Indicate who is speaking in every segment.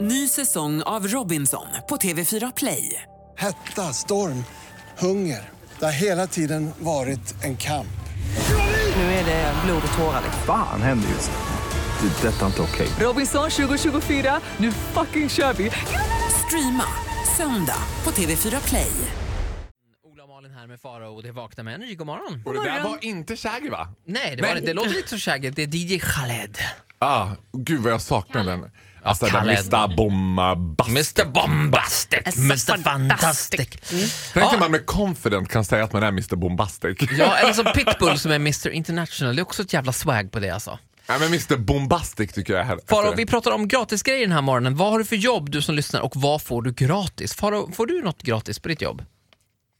Speaker 1: Ny säsong av Robinson på TV4 Play.
Speaker 2: Hetta, storm, hunger. Det har hela tiden varit en kamp.
Speaker 1: Nu är det blod och tårar.
Speaker 3: Fan händer just nu. Det. är Detta är inte okej.
Speaker 1: Robinson 2024, nu fucking kör vi! Streama söndag på TV4 Play.
Speaker 4: Ola och Malin här med Farao och det är Vakna med Energy. God morgon.
Speaker 5: Och det där var inte Shaggy va?
Speaker 4: Nej, det, var,
Speaker 5: Men-
Speaker 4: det, det låter lite så shaggy. Det är DJ Khaled.
Speaker 5: Ah, gud vad jag saknar den. Alltså den
Speaker 4: Kalle.
Speaker 5: där Mr Bomma Bast.
Speaker 4: Mr Bombastic, Mr Alltså, Fantastic. Mm.
Speaker 5: Tänk
Speaker 4: Ja.
Speaker 5: när man med confident kan säga att man är Mr Bombastic.
Speaker 4: Ja, eh- eller som Pitbull som är Mr International. Det är också ett jävla swag på det alltså.
Speaker 5: Nej men Mr Bombastic tycker jag är här.
Speaker 4: Farao, vi pratar om gratisgrejer den här morgonen. Vad har du för jobb du som lyssnar och vad får du gratis? Farao, får du något gratis på ditt jobb?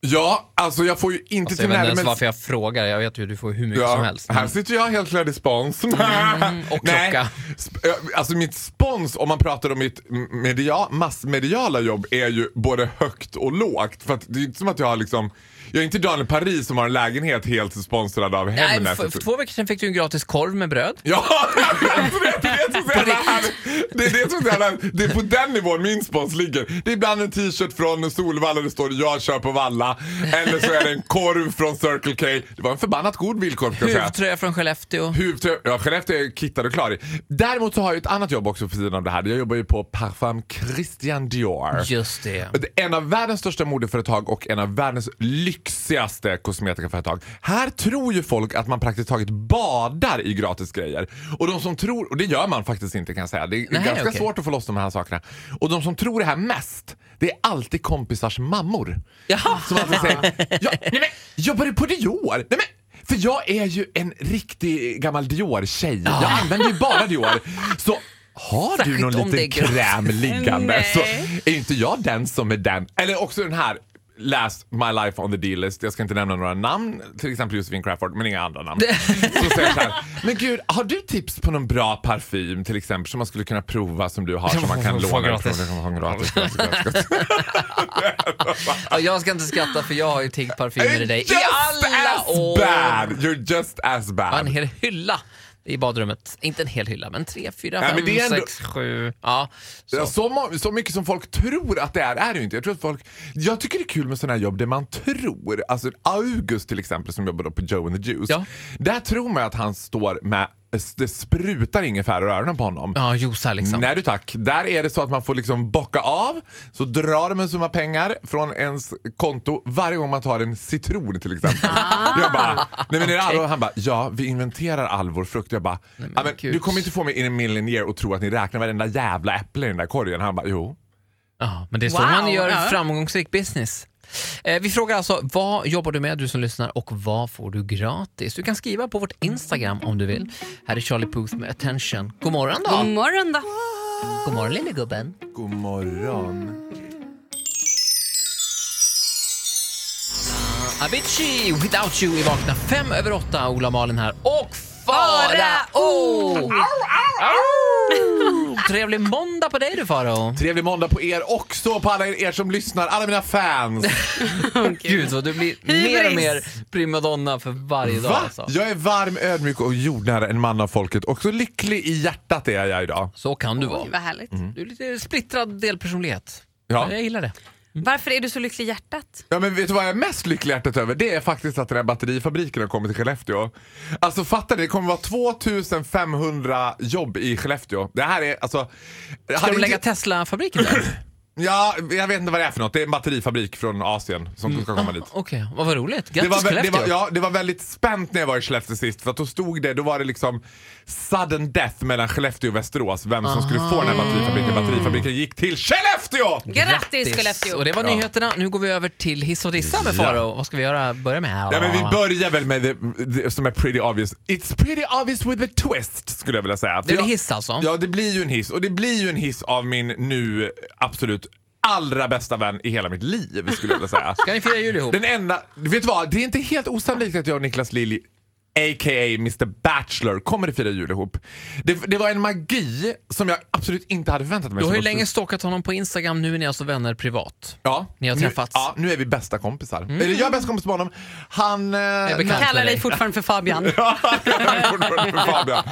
Speaker 5: Ja, alltså jag får ju inte
Speaker 4: jag
Speaker 5: till
Speaker 4: vet inte
Speaker 5: närmare...
Speaker 4: ens varför jag frågar. Jag vet ju du får hur mycket som helst. Mm,
Speaker 5: Här sitter jag helt klädd i spons.
Speaker 4: och
Speaker 5: Nej,
Speaker 4: klocka.
Speaker 5: sp- ö, Alltså mitt spons, om man pratar om mitt media, massmediala jobb, är ju både högt och lågt. För att det är ju inte som att jag har liksom... Jag är inte Daniel Paris som har en lägenhet helt sponsrad av
Speaker 4: Nej, alltså,
Speaker 5: Hemnet.
Speaker 4: för, för två veckor sedan fick du en gratis korv med bröd.
Speaker 5: Ja, det är det som är så jävla härligt. Det är det som är så jävla härligt. Det är på den nivån min spons ligger. Det är ibland en t-shirt från Solvalla där det står “Jag kör på Valla” eller så är det en korv från Circle K. Det var en förbannat god bilkorv kan jag säga.
Speaker 4: Huvudtröja från Skellefteå.
Speaker 5: Huvudtröja, ja Skellefteå är kittad och klar i. Däremot så har jag ju ett annat jobb också för sidan av det här. Jag jobbar ju på Parfum Christian Dior.
Speaker 4: Just det.
Speaker 5: Det är En av världens största modeföretag och en av världens lyxigaste kosmetikaföretag. Här tror ju folk att man praktiskt taget badar i gratis grejer. Och de som tror, och det gör man faktiskt inte kan jag säga. Det är
Speaker 4: Nej,
Speaker 5: ganska
Speaker 4: okej.
Speaker 5: svårt att få loss de här sakerna. Och de som tror det här mest, det är alltid kompisars mammor.
Speaker 4: Jaha.
Speaker 5: Som alltid säger, ja, nej men, jobbar du på Dior? Nej men, för jag är ju en riktig gammal Dior-tjej. Jag använder ju bara Dior. Så har
Speaker 4: Särskilt
Speaker 5: du någon
Speaker 4: om det är
Speaker 5: liten
Speaker 4: gratis.
Speaker 5: kräm liggande
Speaker 6: Nej.
Speaker 5: så är ju inte jag den som är den. Eller också den här. Läs My Life on the D-list. Jag ska inte nämna några namn, till exempel Josephine Crawford, men inga andra namn. Så säger jag så här, men gud, har du tips på någon bra parfym till exempel som man skulle kunna prova som du har som man kan
Speaker 4: Få
Speaker 5: låna?
Speaker 4: gratis.
Speaker 5: Från- från- från- gratis, gratis, gratis.
Speaker 4: Ja, jag ska inte skratta för jag har ju tiggt parfymer i dig i
Speaker 5: Just
Speaker 4: alla
Speaker 5: as
Speaker 4: år.
Speaker 5: bad! You're just as
Speaker 4: Ja, en
Speaker 5: bad.
Speaker 4: hel hylla i badrummet. Inte en hel hylla, men tre, fyra,
Speaker 5: Nej,
Speaker 4: fem,
Speaker 5: men det är ändå-
Speaker 4: sex, sju. Ja,
Speaker 5: Ja,
Speaker 4: så.
Speaker 5: Så, må- så mycket som folk tror att det är, är det ju inte. Jag, tror att folk, jag tycker det är kul med sådana här jobb där man tror. Alltså August till exempel som jobbar då på Joe and the Juice.
Speaker 4: Ja.
Speaker 5: Där tror man att han står med, det sprutar ingefära ur öronen på honom.
Speaker 4: ja josa liksom.
Speaker 5: Nej du tack. Där är det så att man får liksom bocka av, så drar de en summa pengar från ens konto varje gång man tar en citron till exempel.
Speaker 4: Ah.
Speaker 5: Jag bara, nej men är det allvar? Han bara, ja vi inventerar all vår frukt. Jag bara, ja, men,
Speaker 4: gud.
Speaker 5: du kommer inte få mig in a million year och tro att ni räknar varenda jävla äpple i den där korgen. Han bara, jo.
Speaker 4: Ja, men det är så
Speaker 6: Wow,
Speaker 4: man gör
Speaker 6: ja.
Speaker 4: framgångsrik business. Eh, vi frågar alltså, vad jobbar du med du som lyssnar och vad får du gratis? Du kan skriva på vårt Instagram om du vill. Här är Charlie Puth med Attention. God morgon då!
Speaker 6: God
Speaker 1: Mm.
Speaker 6: morgon då.
Speaker 4: God morgon lille gubben.
Speaker 5: God morgon.
Speaker 4: Avicii, Without You i Vakna. Fem över åtta, Ola och Malin här. Och Farao! Trevlig måndag på dig du Farao.
Speaker 5: Trevlig måndag på er också, på alla er som lyssnar, alla mina fans.
Speaker 4: Gud vad du blir mer och mer primadonna för varje dag
Speaker 5: Va?
Speaker 4: alltså.
Speaker 5: Jag är varm, ödmjuk och jordnära en man av folket och så lycklig i hjärtat är jag idag.
Speaker 4: Så kan du vara. Mm.
Speaker 6: Oj, vad härligt.
Speaker 4: Du är lite splittrad delpersonlighet.
Speaker 5: Ja.
Speaker 4: Men Jag gillar det.
Speaker 6: Varför är du så lycklig i hjärtat?
Speaker 5: Ja men vet du vad jag är mest lycklig i hjärtat över? Det är faktiskt att den här batterifabriken har kommit till Skellefteå. Alltså fatta det, det kommer vara 2500 jobb i Skellefteå. Det här är alltså...
Speaker 4: Ska
Speaker 5: hade
Speaker 4: de lägga
Speaker 5: inte,
Speaker 4: Tesla-fabriken där?
Speaker 5: ja, jag vet inte vad det är för något. Det är en batterifabrik från Asien som ska komma dit.
Speaker 4: Okej, vad vad roligt.
Speaker 5: Det var,
Speaker 4: Grattis
Speaker 5: vä- det,
Speaker 4: Mm. Skellefteå.
Speaker 5: var, ja, det var väldigt spänt när jag var i Skellefteå sist för att då stod det, då var det liksom sudden death mellan Skellefteå och Västerås vem som skulle få den här batterifabriken. Batterifabriken gick till Skellefteå!
Speaker 6: Grattis Skellefteå!
Speaker 4: Och det var nyheterna. Nu går vi över till hiss och dissa med
Speaker 5: Ja.
Speaker 4: Farao. Vad ska vi göra? börja med?
Speaker 5: Ja, men vi börjar väl med det, det som är pretty obvious. It's pretty obvious with a twist skulle jag vilja säga. För
Speaker 4: Det är en
Speaker 5: jag-
Speaker 4: hiss alltså?
Speaker 5: Ja, det blir ju en hiss. Och det blir ju en hiss av min nu absolut allra bästa vän i hela mitt liv skulle jag vilja säga.
Speaker 4: Ska ni fira jul ihop?
Speaker 5: Den enda, vet du vad? Det är inte helt osannolikt att jag och Niklas Lilj a.k.a. Mr Bachelor, kommer att fira jul ihop. Det, det var en magi som jag absolut inte hade förväntat mig.
Speaker 4: Du har
Speaker 5: som
Speaker 4: ju
Speaker 5: uppstod.
Speaker 4: länge stalkat honom på Instagram, nu är ni alltså vänner privat.
Speaker 5: Ja.
Speaker 4: Ni har
Speaker 5: nu,
Speaker 4: träffats. Mm.
Speaker 5: Ja, nu är vi bästa kompisar. Eller jag är bästa kompis med honom. Han... eh,
Speaker 4: bekant.
Speaker 5: nej-
Speaker 6: Kallar dig fortfarande för Fabian.
Speaker 5: Ja, jag är fortfarande för Fabian.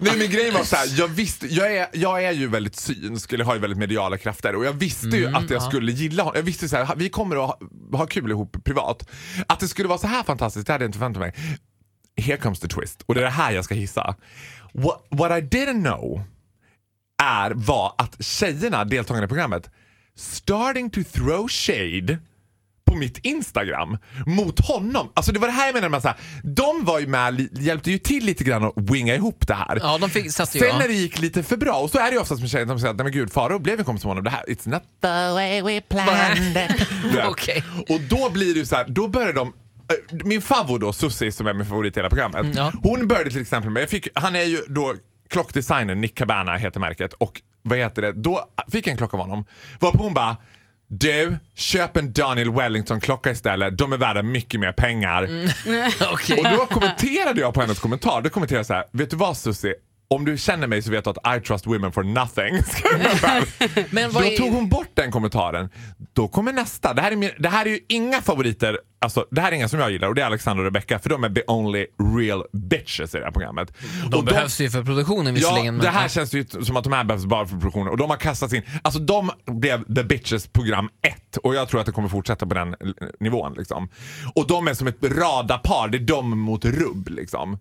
Speaker 5: Nej men grejen var såhär, jag visste, jag är, jag är ju väldigt synsk, eller har ju väldigt mediala krafter och jag visste ju att jag skulle gilla honom. Jag visste såhär, vi kommer att ha, ha kul ihop privat. Att det skulle vara så här fantastiskt, det hade jag inte förväntat mig. Here comes the twist, och det är det här jag ska hissa. What, what I didn't know är, var att tjejerna, deltagarna i programmet, starting to throw shade på mitt Instagram mot honom. Alltså det var det här jag menade med så här, de var ju med, li- hjälpte ju till lite grann att winga ihop det här.
Speaker 4: Ja, de fick, satte
Speaker 5: Sen när
Speaker 4: jag.
Speaker 5: det gick lite för bra, och så är det ju oftast med tjejer som säger att nej men gud Faro blev en kompis med honom, det här, it's not the way we planned it. Du vet.
Speaker 4: Okej.
Speaker 5: Och då blir det ju så här, då börjar de eh, min favvo då, Susie som är min favorit i hela programmet.
Speaker 4: Mm, ja.
Speaker 5: Hon började till exempel med, jag fick, han är ju då klockdesignern, Nick Cabana heter märket och vad heter det, då fick jag en klocka av honom. Varpå hon bara du, köp en Daniel Wellington-klocka istället. De är värda mycket mer pengar.
Speaker 4: Mm. Okej.
Speaker 5: Och då kommenterade jag på hennes kommentar. Då kommenterade jag så här. Vet du vad Susie? Om du känner mig så vet du att I trust women for nothing. Skrev jag så här.
Speaker 4: Men
Speaker 5: Då
Speaker 4: vad är...
Speaker 5: tog hon bort den kommentaren. Då kommer nästa. Det här är, min, det här är ju inga favoriter. Alltså, det här är inga som jag gillar och det är Alexandra och Rebecca för de är the only real bitches i det här programmet.
Speaker 4: De
Speaker 5: och
Speaker 4: behövs ju för produktionen
Speaker 5: Ja,
Speaker 4: visserligen. men-
Speaker 5: det här känns ju som att de här behövs bara för produktionen och de har kastats in. Alltså de blev The Bitches program 1 och jag tror att det kommer fortsätta på den eh, nivån liksom. Och de är som ett radapar, det är de mot rubb liksom.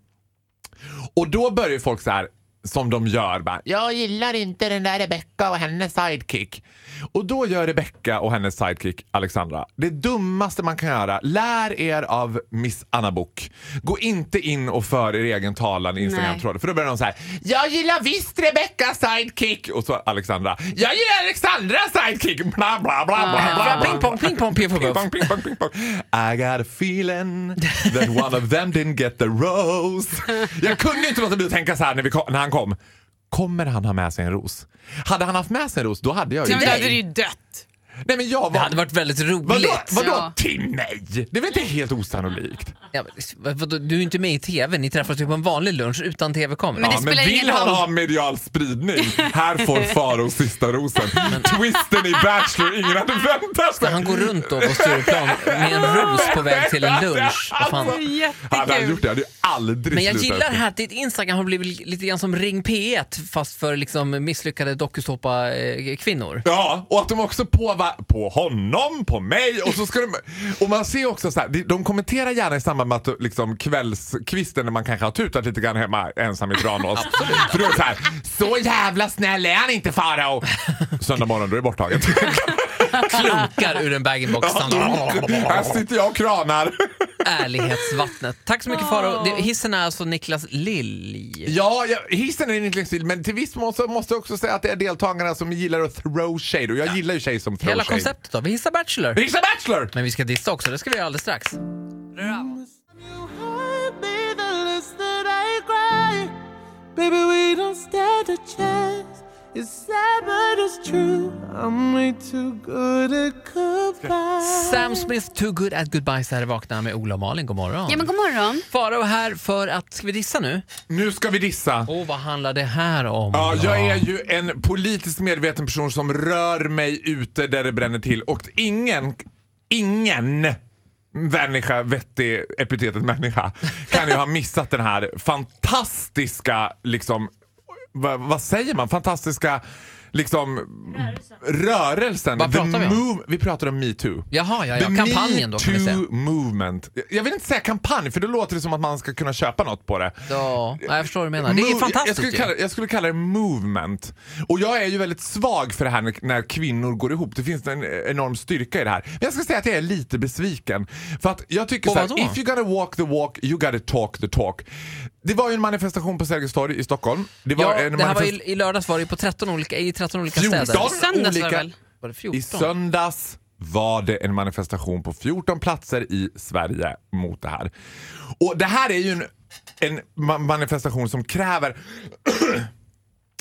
Speaker 5: Och då börjar ju folk så här som de gör bara, jag gillar inte den där Rebecca och hennes sidekick. Och då gör Rebecca och hennes sidekick Alexandra det dummaste man kan göra. Lär er av Miss Anna Bok. Gå inte in och för er egen talan i Instagram-tråden. För då börjar de så här, jag gillar visst Rebecca sidekick. Och så Alexandra, jag gillar Alexandra sidekick. Bla, bla, bla, bla, bla, bla.
Speaker 4: Ping pong, ping pong, ping pong.
Speaker 5: Ping pong, ping pong, ping pong. I got a feeling that one of them didn't get the rose. Jag kunde inte låta bli att tänka så här när, vi kom, när han kom. Kommer han ha med sig en ros? Hade han haft med sig en ros, då hade jag ju...
Speaker 6: Nej, men då hade du ju dött.
Speaker 5: Nej men jag var...
Speaker 4: Det hade varit väldigt roligt.
Speaker 5: Vadå, vadå
Speaker 6: Ja.
Speaker 5: till mig? Det är väl inte helt osannolikt?
Speaker 4: Ja, men, vadå, du är ju inte med i TV, ni träffas ju på en vanlig lunch utan TV-kamera.
Speaker 6: Men det
Speaker 5: Ja, men
Speaker 6: spelar
Speaker 5: vill
Speaker 6: ingen
Speaker 5: han
Speaker 6: roll.
Speaker 5: ha medial spridning? Här får Faro sista rosen. Twisten i Bachelor, ingen hade väntat sig.
Speaker 4: Han går runt då på Stureplan med en ros på väg till en lunch. Vad fan.
Speaker 5: Alltså,
Speaker 6: Jättekul.
Speaker 5: Hade han gjort det hade ju aldrig
Speaker 4: Men jag
Speaker 5: slutat.
Speaker 4: gillar här att ditt Instagram har blivit lite grann som Ring P1 fast för liksom misslyckade eh, dokusåpa-kvinnor.
Speaker 5: Ja, och att de också på, va- på honom, på mig och så ska de... Och man ser också så här, de- de kommenterar gärna i samband med att liksom kvällskvisten när man kanske har tutat lite grann hemma ensam i Tranås. För då är det så här, så jävla snäll är han inte Farao! Söndag morgon, då är det borttaget.
Speaker 4: Klunkar ur en bag-in-box.
Speaker 5: här sitter jag och kranar.
Speaker 4: Ärlighetsvattnet. Tack så mycket Faro. Det- Hissen är alltså Niklas Lilj.
Speaker 5: Ja, jag, hissen är inte livsstil, men till viss mån så måste jag också säga att det är deltagarna som gillar att throw shade och jag gillar ju tjejer som throw
Speaker 4: Hela
Speaker 5: shade.
Speaker 4: konceptet då, vi hissar Bachelor.
Speaker 5: Hissen Bachelor!
Speaker 4: Men vi ska dissa också, det ska vi göra alldeles strax.
Speaker 7: Baby, we don't stand a chance. It's sad, but it's true. I'm way too good at goodbye.
Speaker 4: Sam Smith, Too Good At Goodbye, så här är Vakna med Ola och Malin. God morgon.
Speaker 6: Ja, men god morgon.
Speaker 4: Farao här för att, ska vi dissa nu?
Speaker 5: Nu ska vi dissa.
Speaker 4: Åh, vad handlar det här om?
Speaker 5: Ja, jag är ju en politiskt medveten person som rör mig ute där det bränner till och ingen, ingen människa, vettig epitetet människa, kan ju ha missat den här fantastiska, liksom, vad, vad säger man, fantastiska liksom rörelsen.
Speaker 4: Vad
Speaker 5: The
Speaker 4: pratar vi om?
Speaker 5: move- vi pratar om metoo.
Speaker 4: Jaha, ja, ja.
Speaker 5: The
Speaker 4: kampanjen då kan vi säga.
Speaker 5: metoo movement. Jag- Jag vill inte säga kampanj för då låter det som att man ska kunna köpa något på det.
Speaker 4: Ja, ja, jag förstår vad du menar. Det är
Speaker 5: Move- jag
Speaker 4: fantastiskt
Speaker 5: skulle,
Speaker 4: ju.
Speaker 5: kalla, jag skulle kalla det movement. Och jag är ju väldigt svag för det här när, när kvinnor går ihop. Det finns en enorm styrka i det här. Men jag ska säga att jag är lite besviken. För att jag tycker
Speaker 4: På
Speaker 5: så här,
Speaker 4: vad då?
Speaker 5: if you gotta walk the walk, you gotta talk the talk. Det var ju en manifestation på Sergels torg i Stockholm. Det var
Speaker 4: Ja,
Speaker 5: en
Speaker 4: det här var
Speaker 5: manifest-
Speaker 4: i, i lördags var det ju på 13 olika, i 13 olika
Speaker 5: 14
Speaker 4: städer.
Speaker 6: Söndags var det
Speaker 5: olika...
Speaker 6: väl?
Speaker 4: Var det
Speaker 5: I
Speaker 4: 14?
Speaker 5: söndags var det en manifestation på 14 platser i Sverige mot det här. Och det här är ju en, en ma- manifestation som kräver,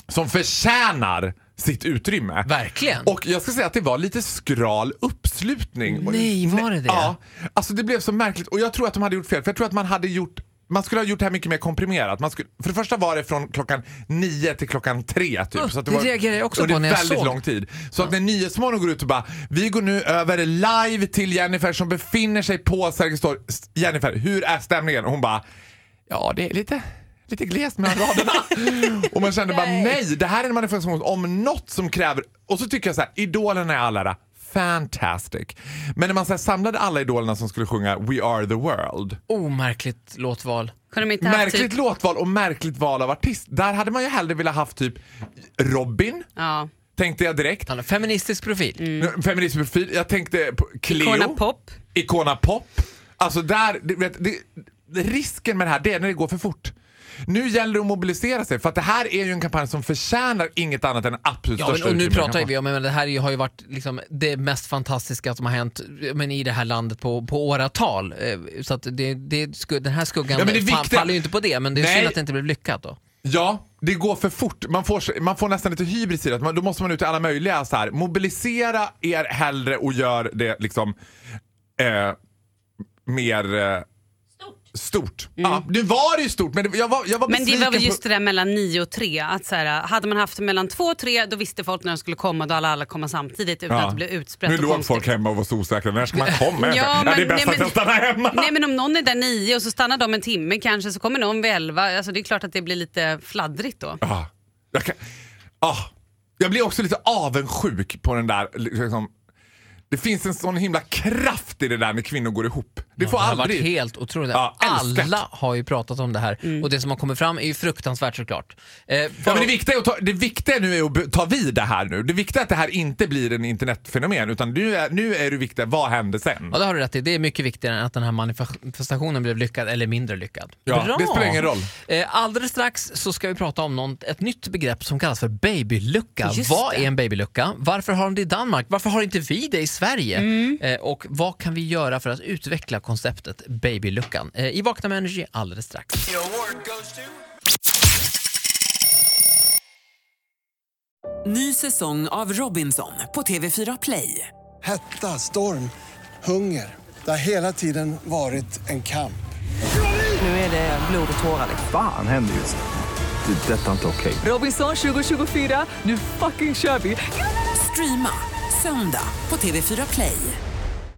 Speaker 5: som förtjänar sitt utrymme.
Speaker 4: Verkligen.
Speaker 5: Och jag ska säga att det var lite skral uppslutning.
Speaker 4: Nej, var det det?
Speaker 5: Ja. Alltså det blev så märkligt och jag tror att de hade gjort fel för jag tror att man hade gjort Man skulle ha gjort det här mycket mer komprimerat. Man skulle, för det första var det från klockan nio till klockan tre. Typ.
Speaker 4: Mm,
Speaker 5: så att
Speaker 4: det
Speaker 5: var
Speaker 4: reagerade jag också
Speaker 5: under
Speaker 4: på när jag
Speaker 5: väldigt
Speaker 4: såg.
Speaker 5: lång tid. Så att när Nyhetsmorgon går ut och bara “Vi går nu över live till Jennifer som befinner sig på Sergels torg. S- Jennifer, hur är stämningen?” och hon bara “Ja, det är lite...” Lite glest mellan raderna. och man kände bara nej, det här är en manifestation om något som kräver... Och så tycker jag så här, idolerna är alla ära, fantastic. Men när man så här samlade alla idolerna som skulle sjunga We are the world.
Speaker 4: Omärkligt låtval.
Speaker 6: Kunde de inte haft
Speaker 5: Märkligt
Speaker 6: typ...
Speaker 5: låtval och märkligt val av artist. Där hade man ju hellre velat haft typ Robin,
Speaker 6: Ja.
Speaker 5: tänkte jag direkt.
Speaker 4: Han har feministisk profil.
Speaker 5: Mm. Feministisk profil. Jag tänkte på Cleo.
Speaker 6: Icona Pop.
Speaker 5: Icona Pop. Alltså där, du vet, det, risken med det här det är när det går för fort. Nu gäller det att mobilisera sig för att det här är ju en kampanj som förtjänar inget annat än absolut
Speaker 4: Ja, men,
Speaker 5: största
Speaker 4: och nu
Speaker 5: utrymme.
Speaker 4: pratar vi om, men det här ju- har ju varit liksom det mest fantastiska som har hänt men i det här landet på, på åratal. Eh, Så att det, det, sku- den här skuggan
Speaker 5: Ja, men det
Speaker 4: fa-
Speaker 5: viktiga-
Speaker 4: faller ju inte på det, men det är
Speaker 5: Nej.
Speaker 4: synd att det inte blev lyckat då.
Speaker 5: Ja, det går för fort. Man får, man får nästan lite hybris i det. att man- Då måste man ut till alla möjliga. Så här. Mobilisera er hellre och gör det liksom eh, mer eh, stort. Ja,
Speaker 4: Mm.
Speaker 5: nu var det ju stort, men det, jag var, jag var
Speaker 6: Men det var
Speaker 5: besviken
Speaker 6: väl
Speaker 5: på-
Speaker 6: just det där mellan 9 och 3. Att så här, hade man haft det mellan 2 och 3 då visste folk när de skulle komma då alla, alla komma samtidigt utan
Speaker 5: Ja.
Speaker 6: att det blev utsprätt
Speaker 5: Nu
Speaker 6: och
Speaker 5: låg
Speaker 6: konstigt.
Speaker 5: folk hemma och var så osäkra. När ska man komma?
Speaker 6: Ja,
Speaker 5: ja, det är bäst
Speaker 6: men- nej,
Speaker 5: att
Speaker 6: men-
Speaker 5: jag stannar hemma.
Speaker 6: Nej men om någon är där 9 och så stannar de en timme kanske så kommer någon vid 11. Alltså, det är klart att det blir lite fladdrigt då.
Speaker 5: Ah, jag, kan, ah, jag blir också lite avundsjuk på den där... Liksom, det finns en sån himla kraft i det där när kvinnor går ihop. Det får
Speaker 4: det har
Speaker 5: aldrig...
Speaker 4: varit helt otroligt.
Speaker 5: Ja, älskat.
Speaker 4: Alla har ju pratat om det här och det som har kommit fram är ju fruktansvärt såklart. Eh,
Speaker 5: Ja, men det, viktiga är att ta, det viktiga nu är att be- ta vid det här nu. Det viktiga är att det här inte blir en internetfenomen utan nu är, nu är det viktiga, vad händer sen?
Speaker 4: Ja, det har du rätt i. Det är mycket viktigare än att den här manifestationen blev lyckad eller mindre lyckad.
Speaker 5: Ja, det spelar ingen roll.
Speaker 4: Eh, Alldeles strax så ska vi prata om något, ett nytt begrepp som kallas för babylucka.
Speaker 6: Just
Speaker 4: vad
Speaker 6: det.
Speaker 4: är en babylucka? Varför har de det i Danmark? Varför har inte vi det i Sverige?
Speaker 6: Mm.
Speaker 4: Eh, och vad kan vi göra för att utveckla konceptet babyluckan? Eh, I Vakna med Energy alldeles strax.
Speaker 1: Ny säsong av Robinson på TV4 Play.
Speaker 2: Hetta, storm, hunger. Det har hela tiden varit en kamp.
Speaker 1: Nu är det blod och tårar.
Speaker 3: Fan händer just det. Det är detta inte okej.
Speaker 1: Robinson 2024, nu fucking kör vi! Streama söndag på TV4 Play.